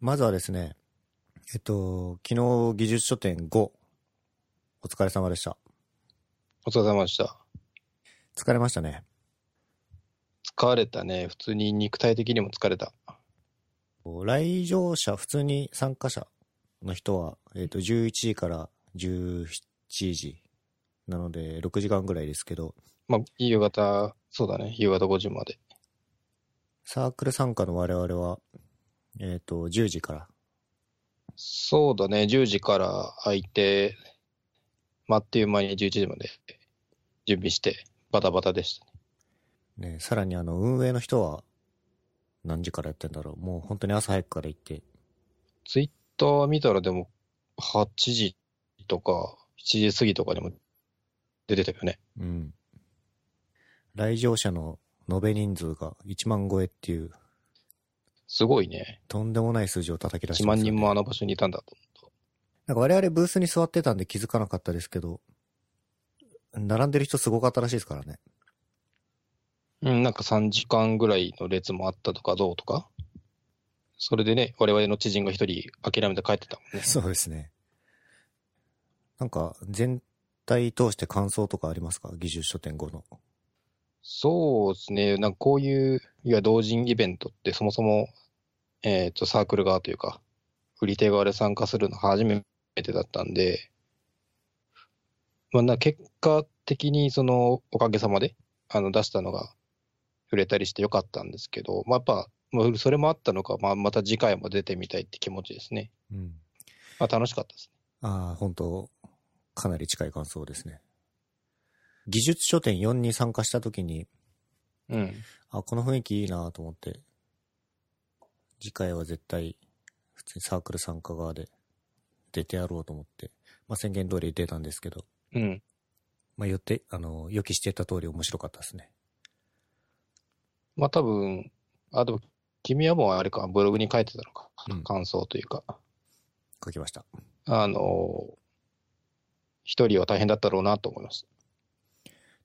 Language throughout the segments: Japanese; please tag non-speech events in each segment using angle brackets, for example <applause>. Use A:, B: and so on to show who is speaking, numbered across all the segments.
A: まずはですね、えっと、昨日技術書店5、お疲れ様でした。
B: お疲れ様でした。
A: 疲れましたね。
B: 疲れたね。普通に肉体的にも疲れた。
A: 来場者、普通に参加者の人は、えっと、11時から17時。なので、6時間ぐらいですけど、
B: まあ、夕方、そうだね。夕方5時まで。
A: サークル参加の我々は、えっと、10時から。
B: そうだね。10時から空いて、まああっという間に11時まで準備して、バタバタでしたね。
A: ね、さらにあの、運営の人は、何時からやってんだろう。もう本当に朝早くから行って、
B: ツイッター見たらでも、8時とか、7時過ぎとかにも出てたよね。
A: うん。来場者の延べ人数が1万超えっていう、
B: すごいね。
A: とんでもない数字を叩き出して
B: 1
A: ます
B: 万
A: よね
B: 人もあの場所にいたんだと。
A: なんか我々ブースに座ってたんで気づかなかったですけど、並んでる人すごかったらしいですからね。
B: うん、なんか3時間ぐらいの列もあったとかどうとか。それでね、我々の知人が一人諦めて帰ってたもんね。
A: そうですね。なんか、全体通して感想とかありますか技術書店後の。
B: そうですね。なんかこういう、いや、同人イベントってそもそも、えっ、と、サークル側というか、売り手側で参加するの初めてだったんで、まあ、な、結果的に、その、おかげさまで、あの、出したのが、売れたりしてよかったんですけど、まあ、やっぱ、まあそれもあったのか、まあ、また次回も出てみたいって気持ちですね。
A: うん。
B: まあ、楽しかったです。
A: ああ、本当かなり近い感想ですね。技術書店4に参加した時に、
B: うん。
A: あ、この雰囲気いいなと思って、次回は絶対、普通にサークル参加側で出てやろうと思って、まあ、宣言通り出たんですけど、
B: うん。
A: まあ、よって、あの、予期してた通り面白かったですね。
B: まあ多分、あ、でも、君はもうあれか、ブログに書いてたのか。
A: うん
B: 感想というか。
A: 書きました。
B: あの、一人は大変だったろうなと思います。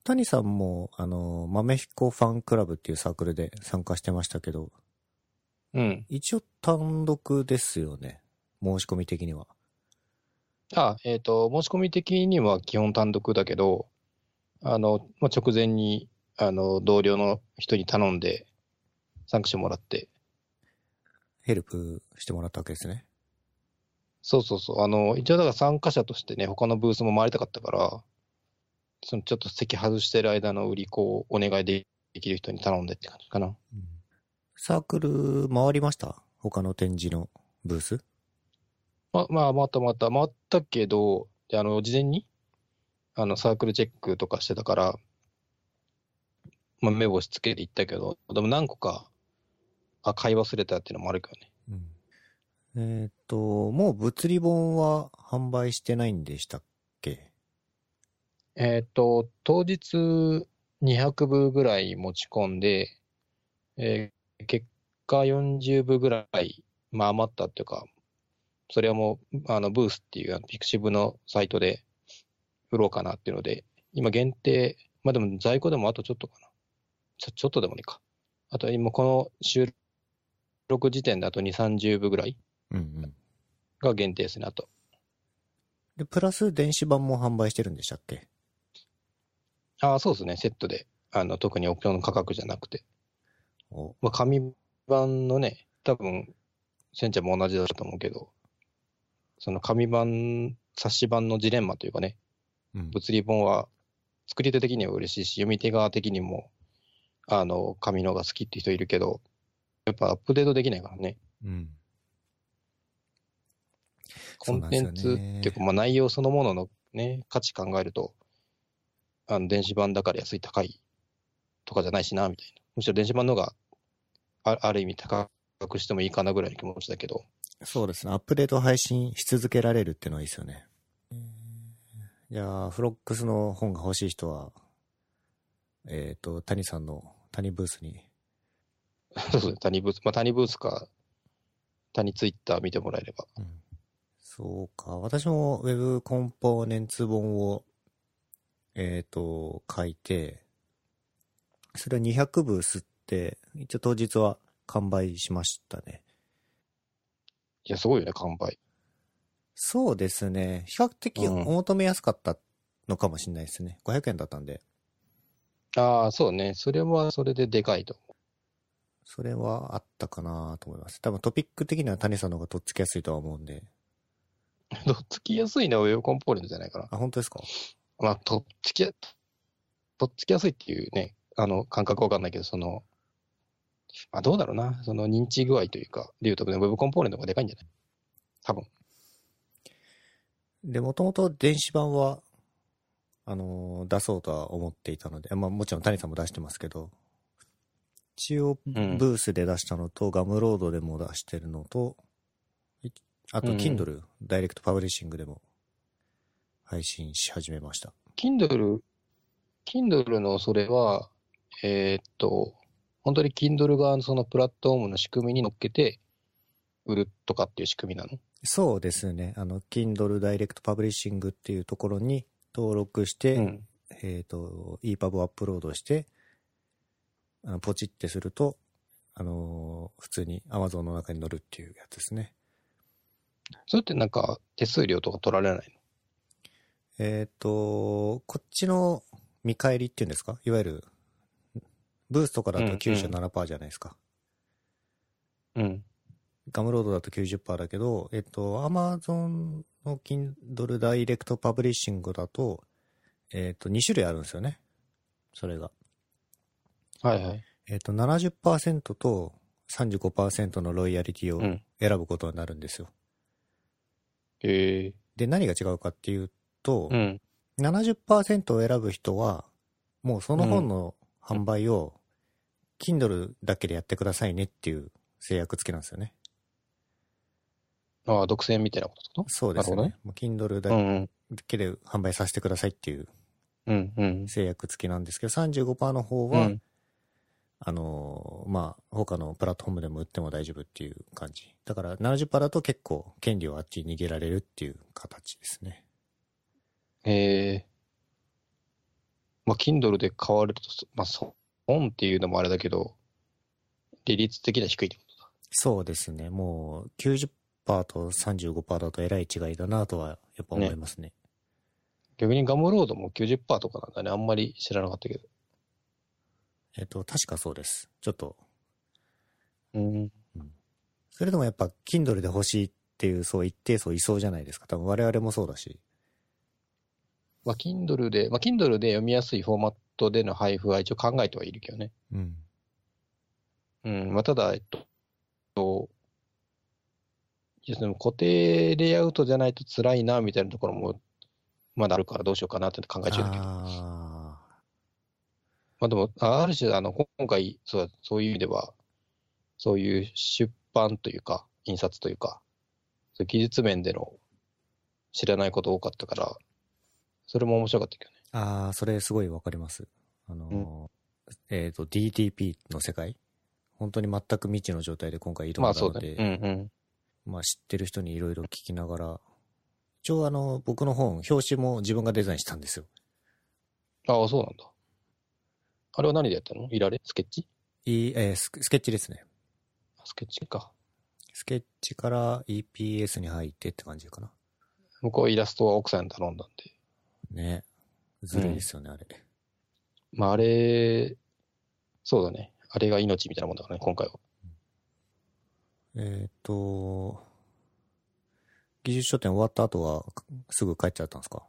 A: 谷さんも、あの、豆彦ファンクラブっていうサークルで参加してましたけど、
B: うん。
A: 一応単独ですよね。申し込み的には。
B: あ、えっ、と、申し込み的には基本単独だけど、あの、まあ、直前に、あの、同僚の人に頼んで、参加してもらって、
A: ヘルプしてもらったわけですね。
B: そうそうそう。あの、一応だから参加者としてね、他のブースも回りたかったから、そのちょっと席外してる間の売り子をお願いできる人に頼んでって感じかな。
A: サークル回りました他の展示のブース
B: ま、まあ、またまた、回ったけど、であの、事前に、あの、サークルチェックとかしてたから、まあ、目星つけて行ったけど、でも何個か、あ、買い忘れたっていうのもあるけどね。
A: えーっと、もう物理本は販売してないんでしたっけ
B: えっ、と、当日200部ぐらい持ち込んで、えー結果40部ぐらい、まあ余ったっていうか、それはもう、あの、ブースっていう、あのピクシブのサイトで売ろうかなっていうので、今限定、まあでも在庫でもあとちょっとかな。ちょ、ちょっとでもねか。あと今この収録時点だと2、30部ぐらい
A: うんうん。
B: が限定ですね、あと。
A: で、プラス電子版も販売してるんでしたっけ
B: ああ、そうですね、セットで。あの、特にオプションの価格じゃなくて。
A: お
B: まあ、紙版のね、多分、センちゃんも同じだと思うけど、その紙版、冊子版のジレンマというかね、
A: うん
B: 物理本は作り手的には嬉しいし、読み手側的にも、あの、紙のが好きって人いるけど、やっぱアップデートできないからね、
A: うん。
B: コンテン
A: そうな
B: ツっ
A: んですよね
B: ていうか、まあ、内容そのもののね、価値考えると、あの、電子版だから安い高いとかじゃないしな、みたいな。むしろ電子版の方が、あある意味高くしてもいいかなぐらいの気持ちだけど、
A: そうですね。アップデート配信し続けられるっていうのはいいですよね。じゃあ、フロックスの本が欲しい人は、えーっと、谷さんの、谷ブースに。
B: そうそう、谷ブース、まあ、谷ブースか、谷ツイッター見てもらえれば。
A: そうか。私も Web コンポーネンツ本を、えっ、と、書いて、それを200部吸って、一応当日は完売しましたね。
B: や、すごいよね、完売。
A: そうですね。比較的
B: う
A: お
B: ん
A: 求めやすかったのかもしれないですね。500円だったんで。
B: ああ、そうね。それはそれででかいと思
A: それはあったかなと思います。多分トピック的には谷さんの方がとっつきやすいとは思うんで。
B: う。 <laughs> どっつきやすいのはウェブコンポーネントじゃないかな。
A: あ、本当ですか
B: まあ、とっつきや、とっつきやすいっていうね、あの、感覚わかんないけど、その、まあ、どうだろうな。その認知具合というか、でいうと、ね、ウェブコンポーネントがでかいんじゃない多分。
A: で、もともと電子版は、あのー出そうとは思っていたので、まあもちろん谷さんも出してますけど、一応
B: ん
A: ブースで出したのと、ガムロードでも出してるのと、いあと
B: うん
A: Kindle、ダイレクトパブリッシングでも配信し始めました。
B: Kindle、Kindle のそれは、えーっと、本当に Kindle 側のそのプラットフォームの仕組みに乗っけて、売るとかっていう仕組みなの
A: そうですね。あの、Kindle ダイレクトパブリッシングっていうところに登録して、
B: うん。
A: えっ、と、EPUB をアップロードして、あのポチってすると、あのー普通に Amazon の中に乗るっていうやつですね。
B: それってなんか手数料とか取られないの
A: えっ、と、こっちの見返りっていうんですかいわゆる、ブースとかだと
B: うんうん
A: 97%じゃないですか。
B: うん。
A: ガムロードだと90%だけど、えっ、と、Amazon の Kindle ダイレクトパブリッシングだと、えっ、と、2種類あるんですよね。それが。
B: はいはい。
A: えっ、と、70%と35%のロイヤリティを
B: うん。
A: 選ぶことになるんですよ。
B: へえ
A: で、何が違うかっていうと
B: う、ん。
A: 70%を選ぶ人は、もうその本の販売を、Kindle だけでやってくださいねっていう制約付きなんですよね。
B: ああ、独占みたいなことってこ
A: そうですよ
B: なる
A: ね。もう Kindle
B: とう
A: だ
B: ん
A: けで販売させてくださいっていう
B: うん。うんうん。
A: 制約付きなんですけど、35%の方
B: う
A: は、
B: ん。
A: あのーまあ、他のプラットフォームでも売っても大丈夫っていう感じ。だから70%だと結構権利をあっちに逃げられるっていう形ですね。
B: へえまあ、Kindle で買われると、まあ、そ損っていうのもあれだけど、利率的には低いってことだ。
A: そうですね。もう90%と35%だとえらい違いだなとはやっぱ思いますね。
B: 逆にガムロードも90%とかなんだね。あんまり知らなかったけど。
A: えっと、確かそうです。ちょっと。
B: うん。
A: それでもやっぱ Kindle で欲しいっていう、そう一定層いそうじゃないですか。多分我々もそうだし。
B: まあ、Kindle で、まあ、Kindle で読みやすいフォーマットでの配布は一応考えてはいるけどね。
A: うん。
B: うん、まあ、ただ、えっと、といやその固定レイアウトじゃないと辛いな、みたいなところも、まだあるからどうしようかなって考え中だけど。
A: ああ。
B: まあ、でも、あある種、あの、今回、そうだ、そういう意味では、そういう出版というか、印刷というか、そういう技術面での知らないこと多かったから、それも面白かったけどね。
A: ああ、それすごいわかります。あのーえっと、DTP の世界。本当に全く未知の状態で今回挑ん
B: まあ、
A: だ
B: そ
A: の
B: うだね
A: で。。
B: うんうん。
A: まあ、知ってる人にいろいろ聞きながら、一応あの、僕の本、表紙も自分がデザインしたんですよ。
B: ああ、そうなんだ。あれは何でやったのいられスケッチ
A: いいえーススケッチですね。
B: あスケッチか。
A: スケッチから EPS に入ってって感じかな。
B: 向こうイラストは奥さんに頼んだんで。
A: ね。ずるいですよね、あれ。
B: まあ、あれ、そうだね。あれが命みたいなもんだからね、今回は。
A: えっ、と、技術書店終わった後は、すぐ帰っちゃったんですか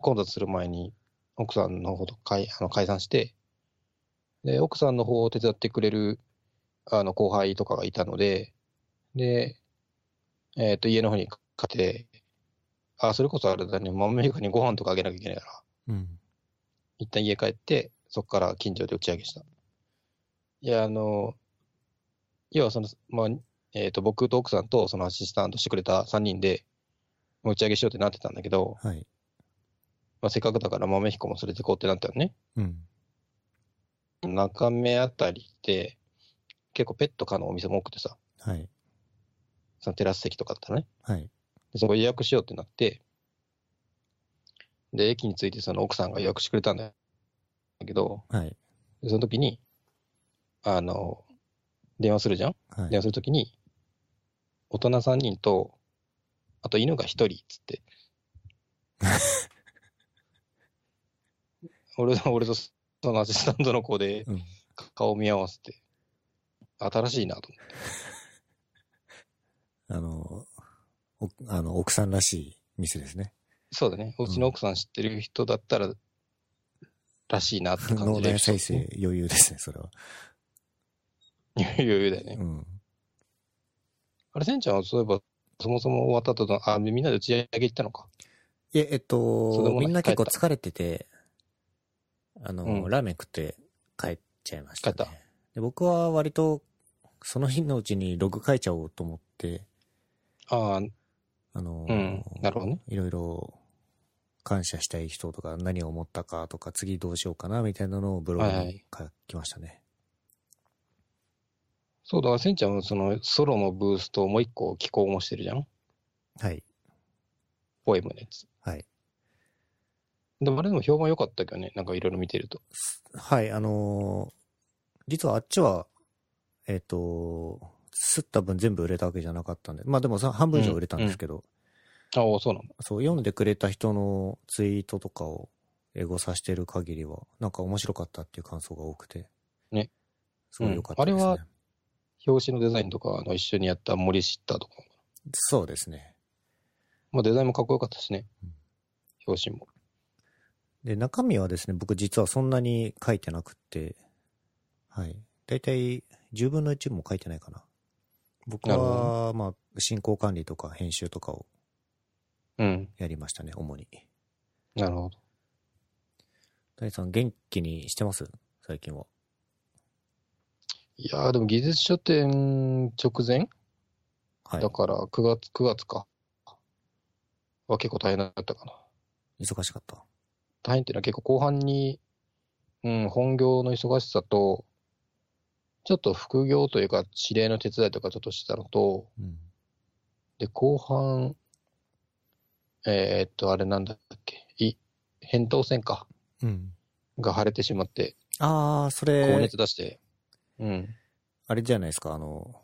B: 混雑する前に、奥さんの方と解あの解散して、で、奥さんの方を手伝ってくれる、あの、後輩とかがいたので、で、えっ、と、家の方に帰って、あ、それこそあれだね、マメイカにご飯とかあげなきゃいけないから、
A: うん。
B: 一旦家帰って、そこから近所で打ち上げした。いや、あの、要はその、まあ、えっ、と、僕と奥さんとそのアシスタントしてくれた3人で、もう打ち上げしようってなってたんだけど、
A: はい。
B: まあ、せっかくだから豆彦も連れてこうってなったよね。
A: うん。
B: 中目あたりって、結構ペット可のお店も多くてさ、
A: はい。
B: そのテラス席とかだったらね。
A: はい。
B: でそこ予約しようってなって、で、駅に着いてその奥さんが予約してくれたんだけど、
A: はい。
B: でその時に、あの、電話するじゃん
A: は
B: 電
A: い。
B: 話するときに、大人3人と、あと犬が1人っつって。俺と、俺とそのアシスタントの子で
A: うん
B: か顔見合わせて、新しいなと思って。
A: あの、おあの奥さんらしい店ですね。
B: そうだね。うちの奥さん知ってる人だったら、らしいなって感
A: 脳 <laughs>
B: じで。
A: 内再生余裕ですね、それは。
B: 余裕だよね。
A: うん。
B: あれ、せんちゃんはそういえば、そもそも終わった後の、あ、みんなで打ち上げ行ったのか。
A: いや、えっ
B: そうで
A: と
B: も、ない
A: みんな結構疲れてて、あの、
B: うん
A: ラーメン食って帰っちゃいました、ね。
B: 帰った
A: で僕は割と、その日のうちにログ書いちゃおうと思って、
B: ああ、
A: あの、
B: うんなるほどね
A: いろいろ感謝したい人とか何を思ったかとか次どうしようかなみたいなのをブログ
B: はいは
A: に
B: い
A: 書きましたね。
B: そうだ、せんちゃんはそのソロのブーストをもう一個寄稿もしてるじゃん
A: はい。
B: ポエムのやつ。
A: はい。
B: でもあれでも評判良かったけどね、なんかいろいろ見てると。
A: はい、あのー実はあっちは、えっ、と、吸った分全部売れたわけじゃなかったんで、まあでもさ半分以上売れたんですけど、
B: ああ、そうなんだ。
A: そう、読んでくれた人のツイートとかをエゴさしてる限りは、なんか面白かったっていう感想が多くて。
B: ね。
A: すごい良かったですね。
B: うんあれは表紙のデザインとか、あの一緒にやった森シッターとか。
A: そうですね。
B: まあデザインもかっこよかったしね
A: うん。
B: 表紙も。
A: で、中身はですね、僕実はそんなに書いてなくって、はい。だいたい10分の1も書いてないかな。僕
B: なるほ
A: は、まあ、進行管理とか編集とかを
B: うん。
A: やりましたね、主に。
B: なるほど。
A: 谷さん、元気にしてます最近は。
B: いやーでも技術書店直前
A: はい
B: だ。から9月、9月か。は結構大変だったかな。
A: 忙しかった。
B: 大変っていうのは結構後半に、うん、本業の忙しさと、ちょっと副業というか、指令の手伝いとかちょっとしてたのと、
A: うん。
B: で、後半、えーっと、あれなんだっけ、い、扁桃腺か、
A: うん。
B: が腫れてしまって、
A: あー、そ
B: 高
A: れ、
B: 熱出して、うん。
A: あれじゃないですか、あの、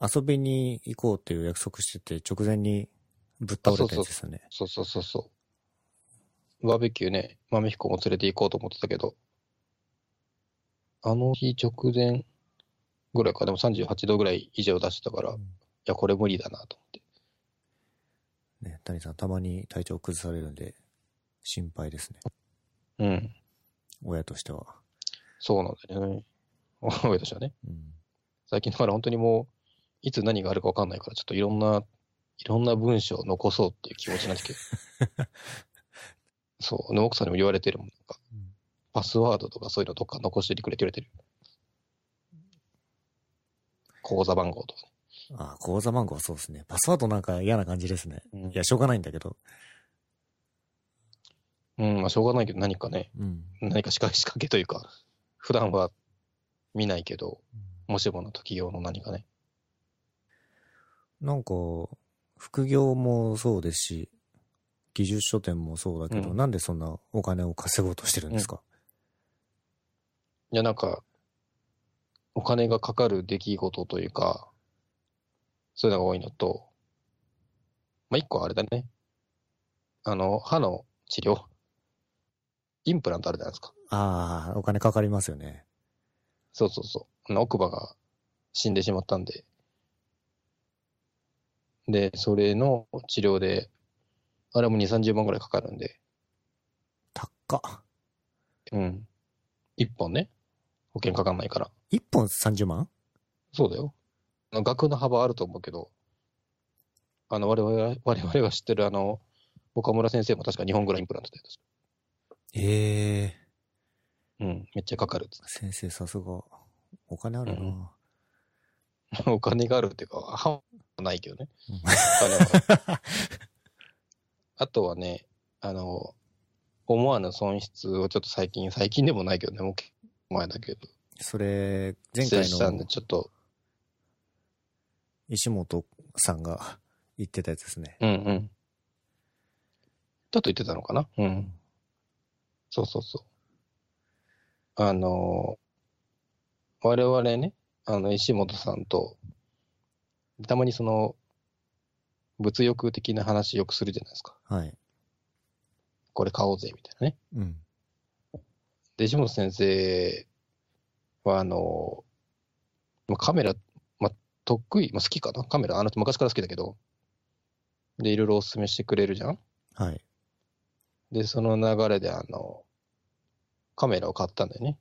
A: 遊びに行こうっていう約束してて、直前にぶっ倒れたやつですよね。
B: そうそうそうそう。バーベキューね、豆彦も連れて行こうと思ってたけど、あの日直前ぐらいか、でも38度ぐらい以上出してたから、いや、これ無理だなと思って。
A: ね、谷さん、たまに体調崩されるんで、心配ですね。
B: うん。
A: 親としては。
B: そうなんだよね。親としてはね。
A: うん。
B: 最近だから本当にもう、いつ何があるか分かんないから、ちょっといろんな、いろんな文章を残そうっていう気持ちなん <laughs> ですけど。そう、で奥さんにも言われてるもん。なんか
A: うん
B: パスワードとかそういうのとか残しててくれてる。口座番号とかね。
A: あー、口座番号はそうですね。パスワードなんか嫌な感じですね。
B: うん
A: いや、しょうがないんだけど。
B: うん、まあしょうがないけど何かね、
A: うん。
B: 何か仕掛け仕掛けというか、普段は見ないけど、もしもの時用の何かね。
A: なんか、副業もそうですし、技術書店もそうだけど、
B: うん
A: なんでそんなお金を稼ごうとしてるんですか、
B: いや、なんか、お金がかかる出来事というか、そういうのが多いのと、まあ、一個はあれだね。あの、歯の治療。インプラントあるじゃないですか。
A: ああ、お金かかりますよね。
B: そうそうそう。あの奥歯が死んでしまったんで。で、それの治療で、あれも2、30万ぐらいかかるんで、
A: 高っ。
B: うん。1本ね。保険かかんないから。
A: 1本30万
B: そうだよ。あの額の幅あると思うけど、あの我々が我々が知ってるあの岡村先生も確か2本ぐらいインプラントで、確か
A: ええー。
B: うん、めっちゃかかるっつ
A: 先生さすがお金あるな、
B: うんって <laughs> お金があるっていうか、歯はないけどね。
A: うん
B: お金はあるあとはね、あの、思わぬ損失をちょっと最近、最近でもないけどね、もう結構前だけど、
A: それ前
B: 失礼
A: 回
B: したんで、
A: の
B: ちょっと、
A: 石本さんが言ってたやつですね
B: うんうん。ちょっと言ってたのかなうん。そうそうそう。あのー我々ね、あの、石本さんと、たまにその、物欲的な話よくするじゃないですか。
A: はい。
B: これ買おうぜ、みたいなね。
A: うん。
B: で、石本先生は、あの、まあ、カメラ、まあ、得意、まあ、好きかなカメラ、あの人昔から好きだけど、で、いろいろおすすめしてくれるじゃん
A: はい。
B: で、その流れで、あの、カメラを買ったんだよね。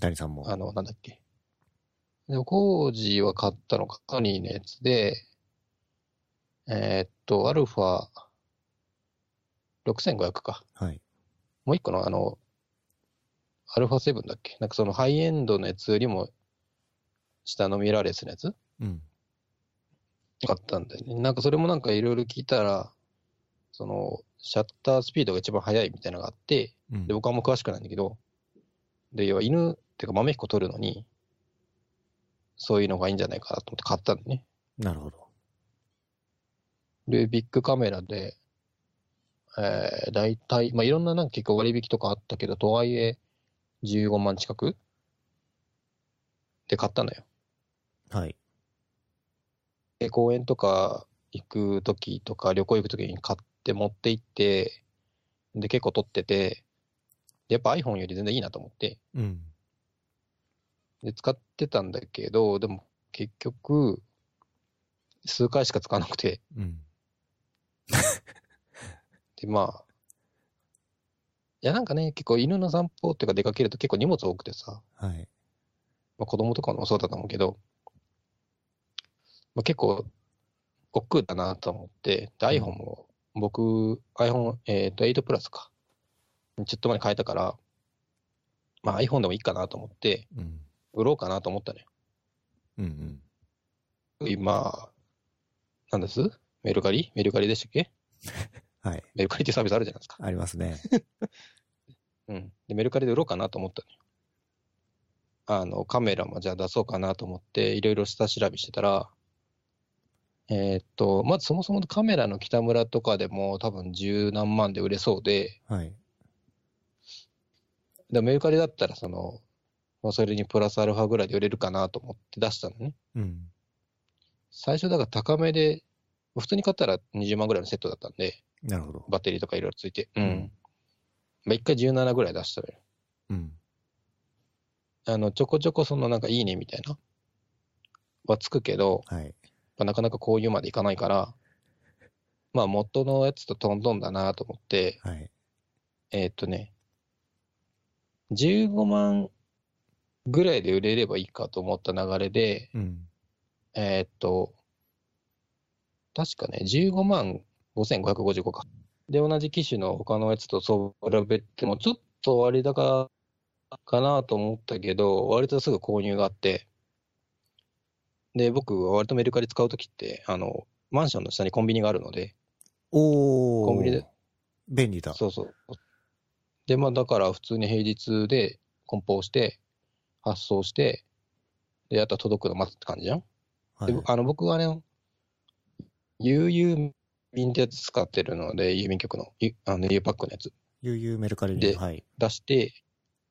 A: 谷さんも。
B: あの、なんだっけ。で、コージは買ったのか、ソニーのやつで、えーっと、アルファ6500か。
A: はい。
B: もう一個の、あの、アルファ7だっけなんかそのハイエンドのやつよりも、下のミラーレスのやつ
A: うん。
B: 買ったんだよね。なんかそれもなんかいろいろ聞いたら、その、シャッタースピードが一番速いみたいなのがあって、
A: うん
B: で、。僕はあんま詳しくないんだけど、で、要は犬っていうか豆彦取るのに、そういうのがいいんじゃないかなと思って買ったんでね。
A: なるほど。
B: で、ビッグカメラで、えー、大体、まあ、いろんななんか結構割引とかあったけど、とはいえ、15万近くで買ったのよ。
A: はい。
B: で、公園とか行くときとか、旅行行くときに買って持って行って、で、結構撮ってて、でやっぱ iPhone より全然いいなと思って、
A: うん。
B: で、使ってたんだけど、でも結局、数回しか使わなくて、
A: うん。
B: で、まあ、いや、なんかね、結構犬の散歩っていうか出かけると結構荷物多くてさ、
A: はい。
B: まあ、子供とかもそうだと思うけど、まあ、結構、億劫だなと思って、で iPhone も、僕、iPhone、えっ、と、8プラスか。ちょっと前に変えたから、まあ iPhone でもいいかなと思って、
A: うん。
B: 売ろうかなと思ったのよ
A: うんうん。
B: 今、なんですメルカリメルカリでしたっけ
A: はい。
B: メルカリってサービスあるじゃないですか。
A: あります
B: <laughs>
A: ね。
B: うん。で、メルカリで売ろうかなと思ったのよ。あの、カメラもじゃあ出そうかなと思って、いろいろ下調べしてたら、えーっと、まずそもそもカメラの北村とかでも多分十何万で売れそうで、
A: はい。
B: でメルカリだったらその、まあ、それにプラスアルファぐらいで売れるかなと思って出したのね。
A: うん。
B: 最初だから高めで、普通に買ったら20万ぐらいのセットだったんで、
A: なるほど。
B: バッテリーとかいろいろついて。
A: う
B: う
A: ん
B: ん。まあ、一回17ぐらい出したのよ。
A: うん。
B: あの、ちょこちょこそのなんかいいねみたいな。はつくけど、
A: はい。
B: まあなかなかこういうまでいかないから、まあ元のやつとトントンだなと思って、
A: はい。
B: えーっとね、15万ぐらいで売れればいいかと思った流れで、
A: うん。
B: えーっと、確かね、15万5555か。で、同じ機種の他のやつとそう比べても、ちょっと割高かなと思ったけど、割とすぐ購入があって、で、僕は割とメルカリ使うときって、あの、マンションの下にコンビニがあるので、
A: おー。
B: コンビニで。
A: 便利だ。
B: そうそう。で、まあだから普通に平日で梱包して、発送して、で、あとは届くの待つって感じじゃん
A: は
B: で
A: い。
B: あの僕はね、悠々便ってやつ使ってるので、郵便局の、ゆあの、ゆうパックのやつ
A: 悠々メルカリに。
B: で
A: はい。
B: 出して、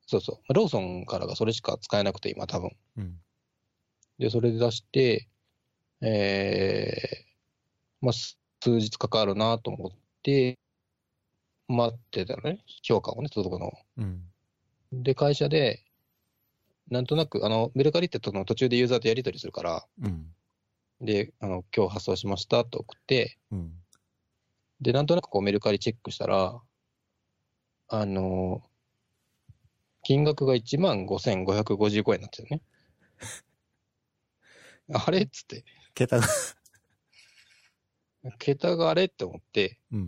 B: そうそう、ローソンからがそれしか使えなくて、今、多分
A: うん。
B: で、それで出して、えー、まあ、す数日かかるなと思って、待ってたのね、評価をね、届くのを。
A: うん。
B: で、会社で、なんとなく、あの、メルカリってその途中でユーザーとやり取りするから、
A: うん。
B: で、あの、今日発送しましたと送って、
A: うん。
B: で、なんとなくこうメルカリチェックしたら、あのー金額が1万5555円になってたよね。 <laughs> あれっつって、
A: 桁が。 <laughs>
B: 桁があれって思って、
A: うん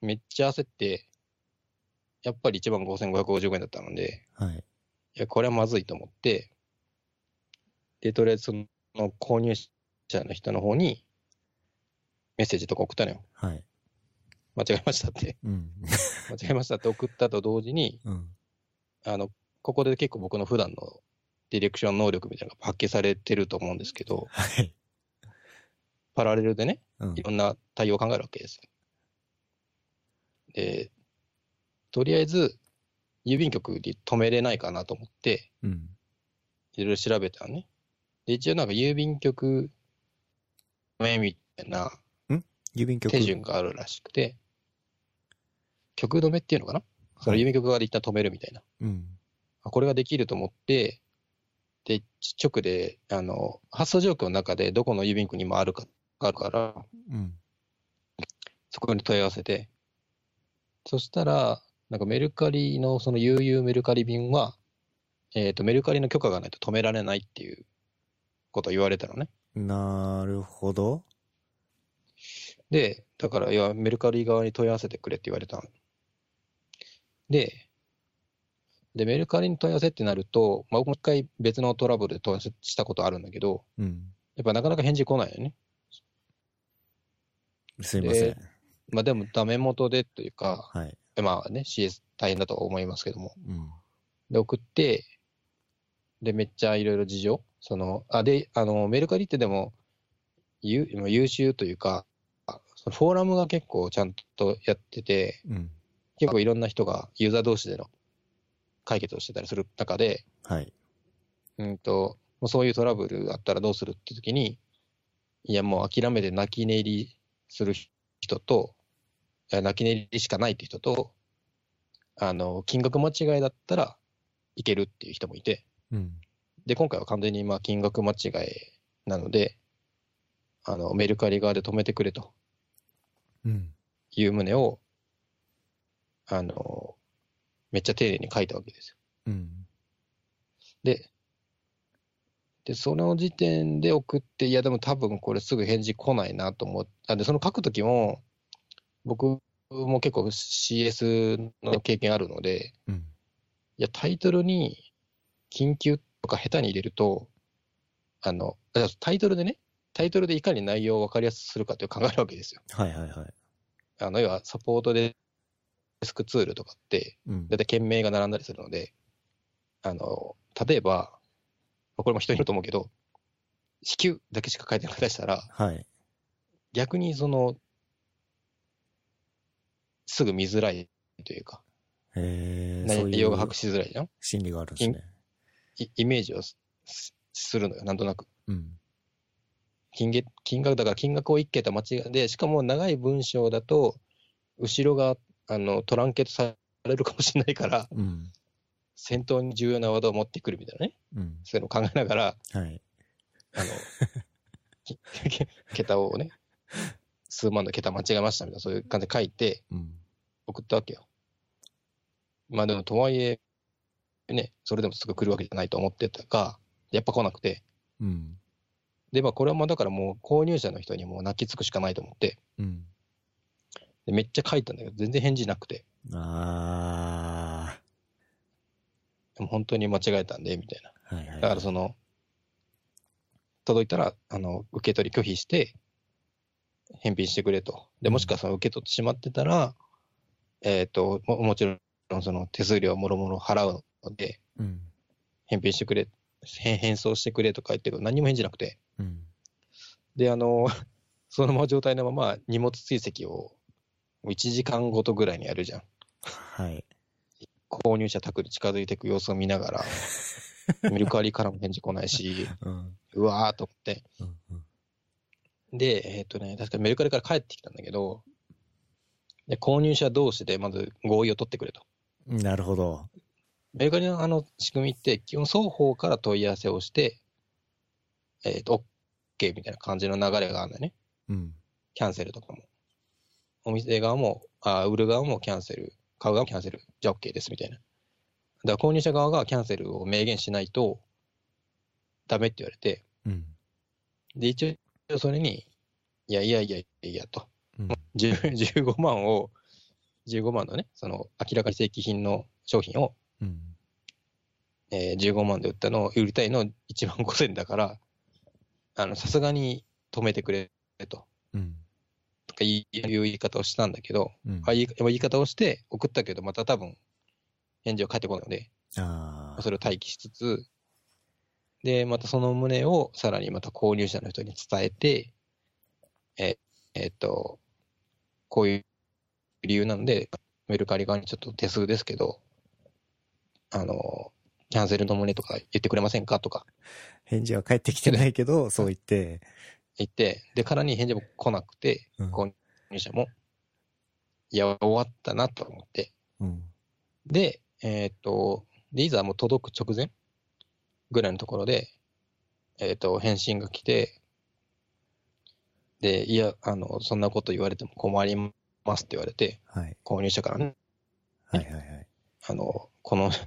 B: めっちゃ焦って、やっぱり1万5555円だったので、
A: はい。
B: いや、これはまずいと思って、で、とりあえずその購入者の人の方にメッセージとか送ったのよ。
A: はい。
B: 間違えました
A: <laughs>
B: って。
A: うん。
B: 間違えましたって送ったと同時に、
A: うん。
B: あの、ここで結構僕の普段のディレクション能力みたいなのが発揮されてると思うんですけど、
A: はい。
B: パラレルでね、
A: うん
B: い。ろんな対応を考えるわけです。で、とりあえず、郵便局に止めれないかなと思って、
A: うん。
B: いろいろ調べたのね。で、一応なんか郵便局めみたいな
A: 郵便局。
B: 手順があるらしくて、曲止めっていうのかなその郵便局側で一旦止めるみたいな。
A: うん。
B: あこれができると思って、で、直で、あの、発送状況の中でどこの郵便局にもあるか、あるから、
A: うん。
B: そこに問い合わせて、そしたら、なんかメルカリのその悠々メルカリ便は、えっ、と、メルカリの許可がないと止められないっていうことを言われたのね。
A: なるほど。
B: で、だから、いや、メルカリ側に問い合わせてくれって言われたの。で、で、メルカリに問い合わせってなると、まあ、もう一回別のトラブルで問い合わせしたことあるんだけど、
A: うん。
B: やっぱなかなか返事来ないよね。
A: すいません。
B: えまあ、でも、ダメ元でというか、
A: はい。
B: まあね、CS 大変だとは思いますけども、
A: うん。
B: で、送って、で、めっちゃいろいろ事情、その、あ、で、あの、メルカリってでも、優まあ優秀というか、あそのフォーラムが結構ちゃんとやってて、
A: うん。
B: 結構いろんな人がユーザー同士での解決をしてたりする中で、
A: はい。
B: うんと、もうそういうトラブルあったらどうするって時に、いや、もう諦めて泣き寝入りする人と、いや泣き寝入りしかないって人と、あの、金額間違いだったらいけるっていう人もいて、
A: うん。
B: で、今回は完全にまあ金額間違いなので、あの、メルカリ側で止めてくれと
A: うん。
B: いう旨を、あの、めっちゃ丁寧に書いたわけですよ。
A: うん。
B: で、で、その時点で送って、いや、でも多分これすぐ返事来ないなと思って、で、その書くときも、僕も結構 CS の経験あるので、
A: うん。
B: いや、タイトルに、緊急とか下手に入れると、あの、あタイトルでね、タイトルでいかに内容を分かりやすくするかという考えるわけですよ。
A: はいはいはい。
B: あの、要はサポートデスクツールとかって、
A: うん
B: だい。たい件名が並んだりするので、あの、例えば、これも人いると思うけど、支給だけしか書いてなかったりしたら、
A: はい。
B: 逆にその、すぐ見づらいというか、
A: えー、そう
B: 内
A: い
B: 容
A: う
B: が把握しづらいじゃん
A: 心理があるんですね。
B: イイメージをすすするのよ、なんとなく。
A: うん。
B: 金額金額だから金額を1桁間違いで、しかも長い文章だと、後ろがあのトランケットされるかもしれないから、
A: うん。
B: 先頭に重要なワードを持ってくるみたいなね、
A: うん。
B: そういうのを考えながら、
A: はい。
B: あの <laughs> き桁をね、数万の桁間違えましたみたいな、そういう感じで書いて
A: うん。
B: 送ったわけよ。まあでも、とはいえ、ね、それでもすぐ来るわけじゃないと思ってたが、やっぱ来なくて、
A: うん。
B: で、まあ、これはもうだからもう購入者の人にもう泣きつくしかないと思って、
A: うん。
B: でめっちゃ書いたんだけど、全然返事なくて、
A: あ
B: もう本当に間違えたんで、みたいな。
A: ー。はいはい。
B: だからその、届いたら、あの、受け取り拒否して、返品してくれと。で、もしくはその受け取ってしまってたら、えっ、とも、もちろんその手数料もろもろ払うので、
A: うん。
B: 返品してくれ、返返送してくれとか言ってるけど、何にも返事なくて。
A: うん。
B: で、あの、 <laughs> そのまま状態のまま荷物追跡を1時間ごとぐらいにやるじゃん。
A: はい。
B: 購入者宅に近づいていく様子を見なが
A: <laughs>
B: ら、メルカリからも返事来ないし、
A: うん。
B: うわーと思って。
A: うん。うん
B: で、えっ、とね、確かメルカリから帰ってきたんだけど、で購入者同士でまず合意を取ってくれと。
A: なるほど。
B: メルカリのあの仕組みって、基本双方から問い合わせをして、えっ、と、OK みたいな感じの流れがあるんだよね。
A: うん。
B: キャンセルとかも。お店側も、あ売る側もキャンセル、買う側もキャンセル、じゃあ OK ですみたいな。だから購入者側がキャンセルを明言しないと、ダメって言われて、
A: うん。
B: で、一応それに、いやいやいやいやと、
A: うん
B: 10 15万を、15万のね、その明らかに正規品の商品を、
A: うん。
B: えー15万で売ったのを、売りたいのを1万5千だから、あの、さすがに止めてくれと、
A: うん。
B: とかいういう言い方をしたんだけど、
A: うん。
B: ああいう言い方をして送ったけど、また多分、返事は返ってこないので、
A: あー
B: それを待機しつつ、で、またその旨をさらにまた購入者の人に伝えて、え、えっと、こういう理由なんで、メルカリ側にちょっと手数ですけど、あの、キャンセルの旨とか言ってくれませんかとか、 <laughs>
A: 返事は返ってきてないけど、そう言って、
B: 行って、で、空に返事も来なくて、
A: うん
B: 購入者も、いや、終わったなと思って。
A: うん。
B: で、えーっと、で、いざもう届く直前ぐらいのところで、えーっと、返信が来て、で、いや、あの、そんなこと言われても困りますって言われて、
A: はい。
B: 購入者からね、
A: はいはいはい。
B: あの、この、 <laughs>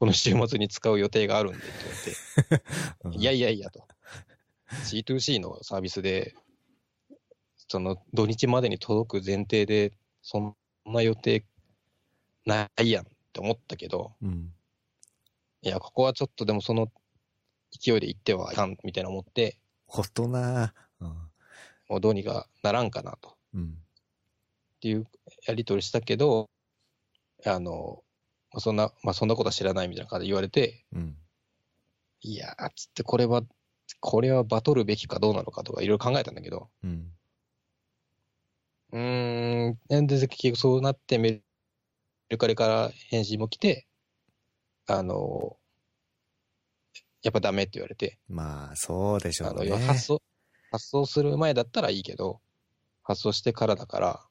B: この週末に使う予定があるんでって
A: うん
B: 言われて、いやいやいやと。C2C のサービスで、その土日までに届く前提で、そんな予定ないやんって思ったけど、
A: うん。
B: いや、ここはちょっとでもその勢いで行ってはいかんみたいな思って、
A: 大人。うん。
B: もうどうにかならんかなと。
A: うん。
B: っていうやり取りしたけど、あの、まあそんな、まあ、そんなことは知らないみたいな感じで言われて、
A: うん。
B: いやー、つってこれは、これはバトるべきかどうなのかとかいろいろ考えたんだけど、
A: うん。
B: うーん、全然結局そうなってメルカリから返信も来て、あの、やっぱダメって言われて、
A: まあ、そうでしょ
B: あ
A: う
B: の
A: ね。
B: 発送、発送する前だったらいいけど、発送してからだから、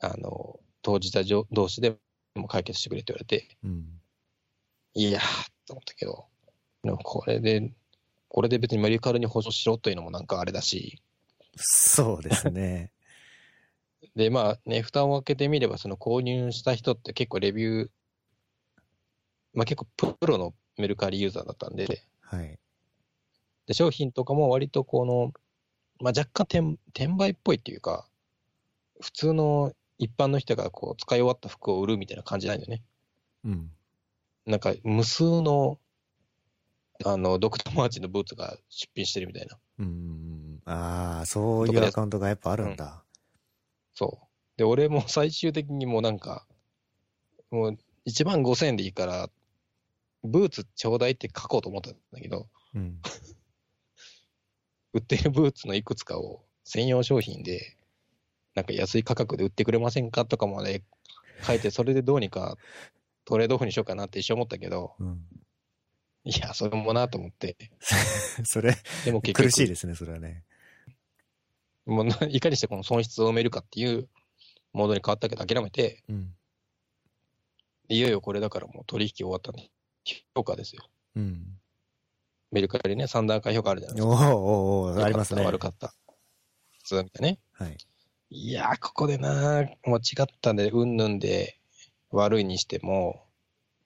B: あの、当事者じょ同士でも解決してくれって言われて、
A: うん。
B: いやーと思ったけど、でもこれで、これで別にメルカリに保証しろというのもなんかあれだし、
A: そうです
B: <laughs>
A: ね。
B: で、まあね、蓋を開けてみれば、その購入した人って結構レビュー、まあ結構プロのメルカリユーザーだったんで、
A: はい。
B: で、商品とかも割とこの、まあ、若干転転売っぽいっていうか、普通の一般の人がこう使い終わった服を売るみたいな感じなんだよね。
A: うん。
B: なんか無数の、あの、ドクターマーチンのブーツが出品してるみたいな。
A: うんうんうん。ああ、そういうアカウントがやっぱあるんだ。
B: そう。で、俺も <laughs> 最終的にもうなんか、もう1万5000円でいいから、ブーツちょうだいって書こうと思ったんだけど、
A: うん。
B: 売ってるブーツのいくつかを専用商品で、なんか安い価格で売ってくれませんかとかまで書いて、それでどうにかトレードオフにしようかなって一瞬思ったけど、
A: うん。 <laughs>
B: いや、それもなと思って、
A: それ、
B: でも結局、
A: 苦しいですね、それはね。
B: もうないかにしてこの損失を埋めるかっていうモードに変わったけど、諦めて、
A: うん。
B: いよいよこれだからもう取引終わったんで、評価ですよ。
A: うん。
B: メルカリね、三段階評価あるじゃないで
A: おお
B: すか。
A: おーおーありますね。
B: 良かった悪かった。そうみたいなね。
A: はい。
B: いやー、ここでなー、もう違ったんで、うんぬんで悪いにしても、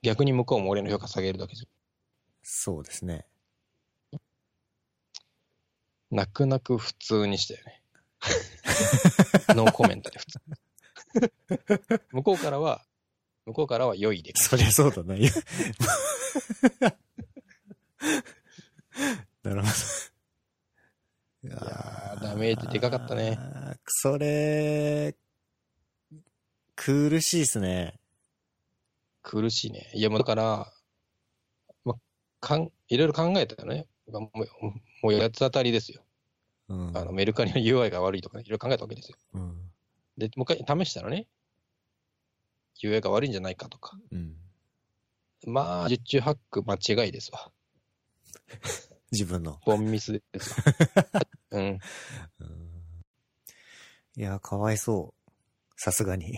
B: 逆に向こうも俺の評価下げるだけじ
A: そうですね。
B: ゃ、泣く泣く普通にした
A: <laughs>
B: よね。ノーコメントで普通。
A: <laughs>
B: 向こうからは、向こうからは良いで。
A: そりゃそうだな。いや <laughs> なるほど。い
B: いやーダメージでかかったね。
A: それ、苦しいですね。
B: 苦しいね。いや、もうだから、ま、かん、いろいろ考えたよね。もう、もう八つ当たりですよ。
A: うん。
B: あの、メルカリの UI が悪いとかね、いろいろ考えたわけですよ。
A: うん。
B: で、もう一回試したらね、UI が悪いんじゃないかとか。
A: うん。
B: まあ、十中八九間違いですわ。
A: 自分の。
B: ボンミスですわ。うん。
A: うんいや、かわいそう。さすがに。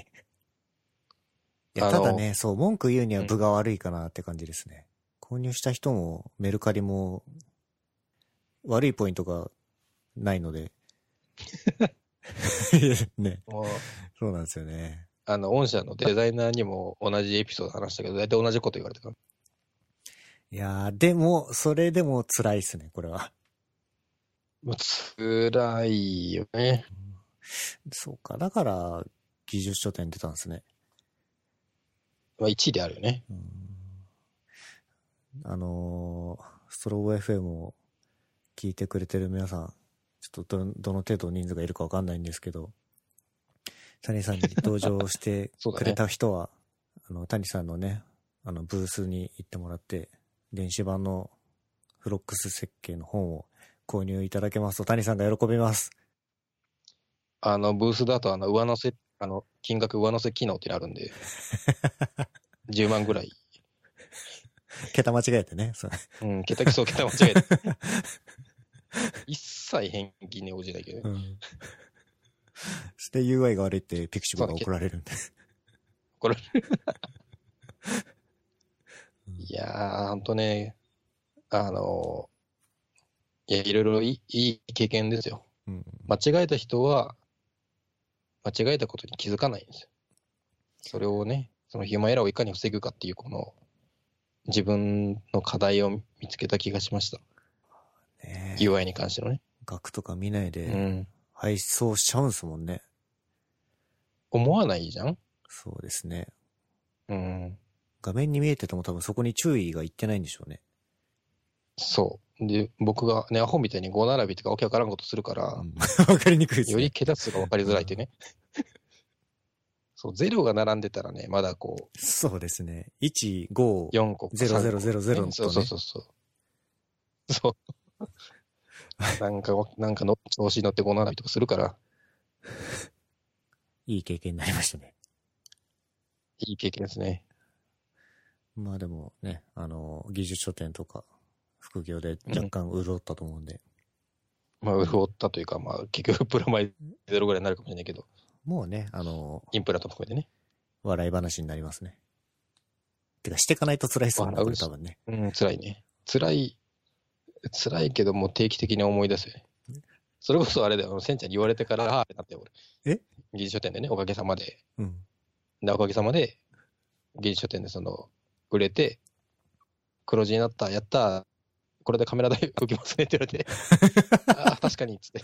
A: いや、
B: あ
A: た
B: の
A: だね、そう、文句言うには部が悪いかなって感じですね。購入した人も、メルカリも、悪いポイントがないの
B: <laughs>
A: で。いやね、
B: もう、
A: そうなんですよね。
B: あの、御社のデザイナーにも同じエピソード話したけど、大体同じこと言われてる。
A: いやー、でも、それでも辛いっすね、これは。
B: もう、辛いよね。
A: そうか、だから、技術書店出たんですね。
B: まあ、1位であるよね。
A: うんあのーストロボ FM を聞いてくれてる皆さん、ちょっとど、どの程度人数がいるかわかんないんですけど、谷さんに登場して
B: <laughs> そうだ
A: く
B: ね
A: れた人は、あの、谷さんのね、あの、ブースに行ってもらって、電子版のフロックス設計の本を購入いただけますと、谷さんが喜びます。
B: あの、ブースだと、あの、上乗せ、あの、金額上乗せ機能ってあるんで、10万ぐらい。
A: 桁間違えてね。そう
B: うん、桁、そう、桁間違えた。一切返金に応じないけどね。
A: うん。 <laughs> して UI が悪いってピクシブが怒られるんで。
B: 怒られいやー、ほんとね、あの、いや、いろいろいいいい経験ですよ。
A: うん。
B: 間違えた人は、間違えたことに気づかないんですよ。それをね、そのヒューマンエラーをいかに防ぐかっていう、この、自分の課題を見つけた気がしました。
A: ねえ
B: UI に関してのね。
A: 額とか見ないうで
B: ん。
A: 配送しちゃうんすもんね。
B: 思わないじゃん
A: そうですね。
B: うん。
A: 画面に見えてても多分そこに注意がいってないんでしょうね。
B: そう。で、僕がね、アホみたいに5並びとかわけわからんことするから、
A: <laughs> わかりにくいです
B: より
A: ね。
B: 桁数が分かりづらいってね。そう、ゼロが並んでたらね、まだこ
A: そうですね。1、5
B: う、、4個か3個、
A: 0000とね
B: そうそうそうそ
A: <laughs>
B: う。そう。なんか、なんかの調子に乗って5並びとかするから、
A: いい経験になりましたね。
B: いい経験ですね。
A: まあでもね、あの、技術書店とか、副業で若干潤ったと思うんで、
B: まあ、潤ったというか、まあ、結局、プラマイゼロぐらいになるかもしれないけど、
A: もうね、あの、
B: インプラントも含めてね。
A: 笑い話になりますね。てか、していかないと辛いですもんね、
B: 笑
A: こ
B: う
A: れ
B: し
A: 多分ね。
B: うん、辛いね。辛い、辛いけども定期的に思い出すよね。それこそあれだよ、センちゃんに言われてから、ああってなって俺。
A: え
B: 技術書店でね、おかげさまで。
A: うん。
B: で、おかげさまで、技術書店でその、売れて、黒字になった、やった、これでカメラ代 <laughs> 動きますねって言われ
A: <laughs>
B: て、ああ、確かに、つって。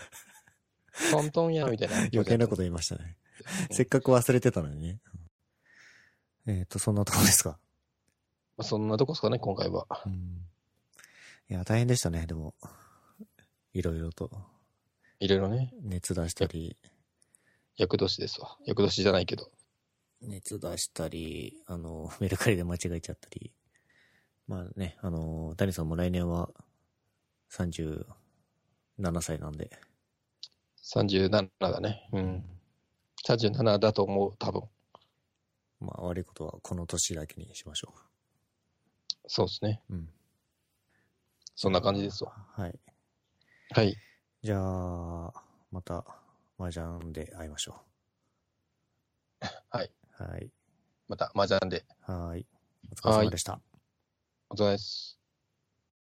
B: トントンや、みたいな。
A: 余計なこと
B: と。
A: 言いましたね。
B: うん
A: せっかく忘れてたのにね。えっ、と、そんなとこですか。
B: そんなとこですかね、今回は。
A: うん。いや、大変でしたね、でも。いろいろと。
B: いろいろね、
A: 熱出したり、
B: 役年ですわ。役年じゃないけど。
A: 熱出したり、あの、メルカリで間違えちゃったり。まあね、あの、谷さんも来年は37歳なんで、
B: 37だね。うん。37だと思う、多分。
A: まあ悪いことはこの年だけにしましょ
B: そうですね。
A: う。うん。
B: そんな感じですわ。
A: はい。
B: はい。
A: じゃあ、また、麻雀で会いましょう。
B: はい。
A: はい。
B: また、麻雀で。
A: はい。お疲れ様でした。
B: お疲れ様です。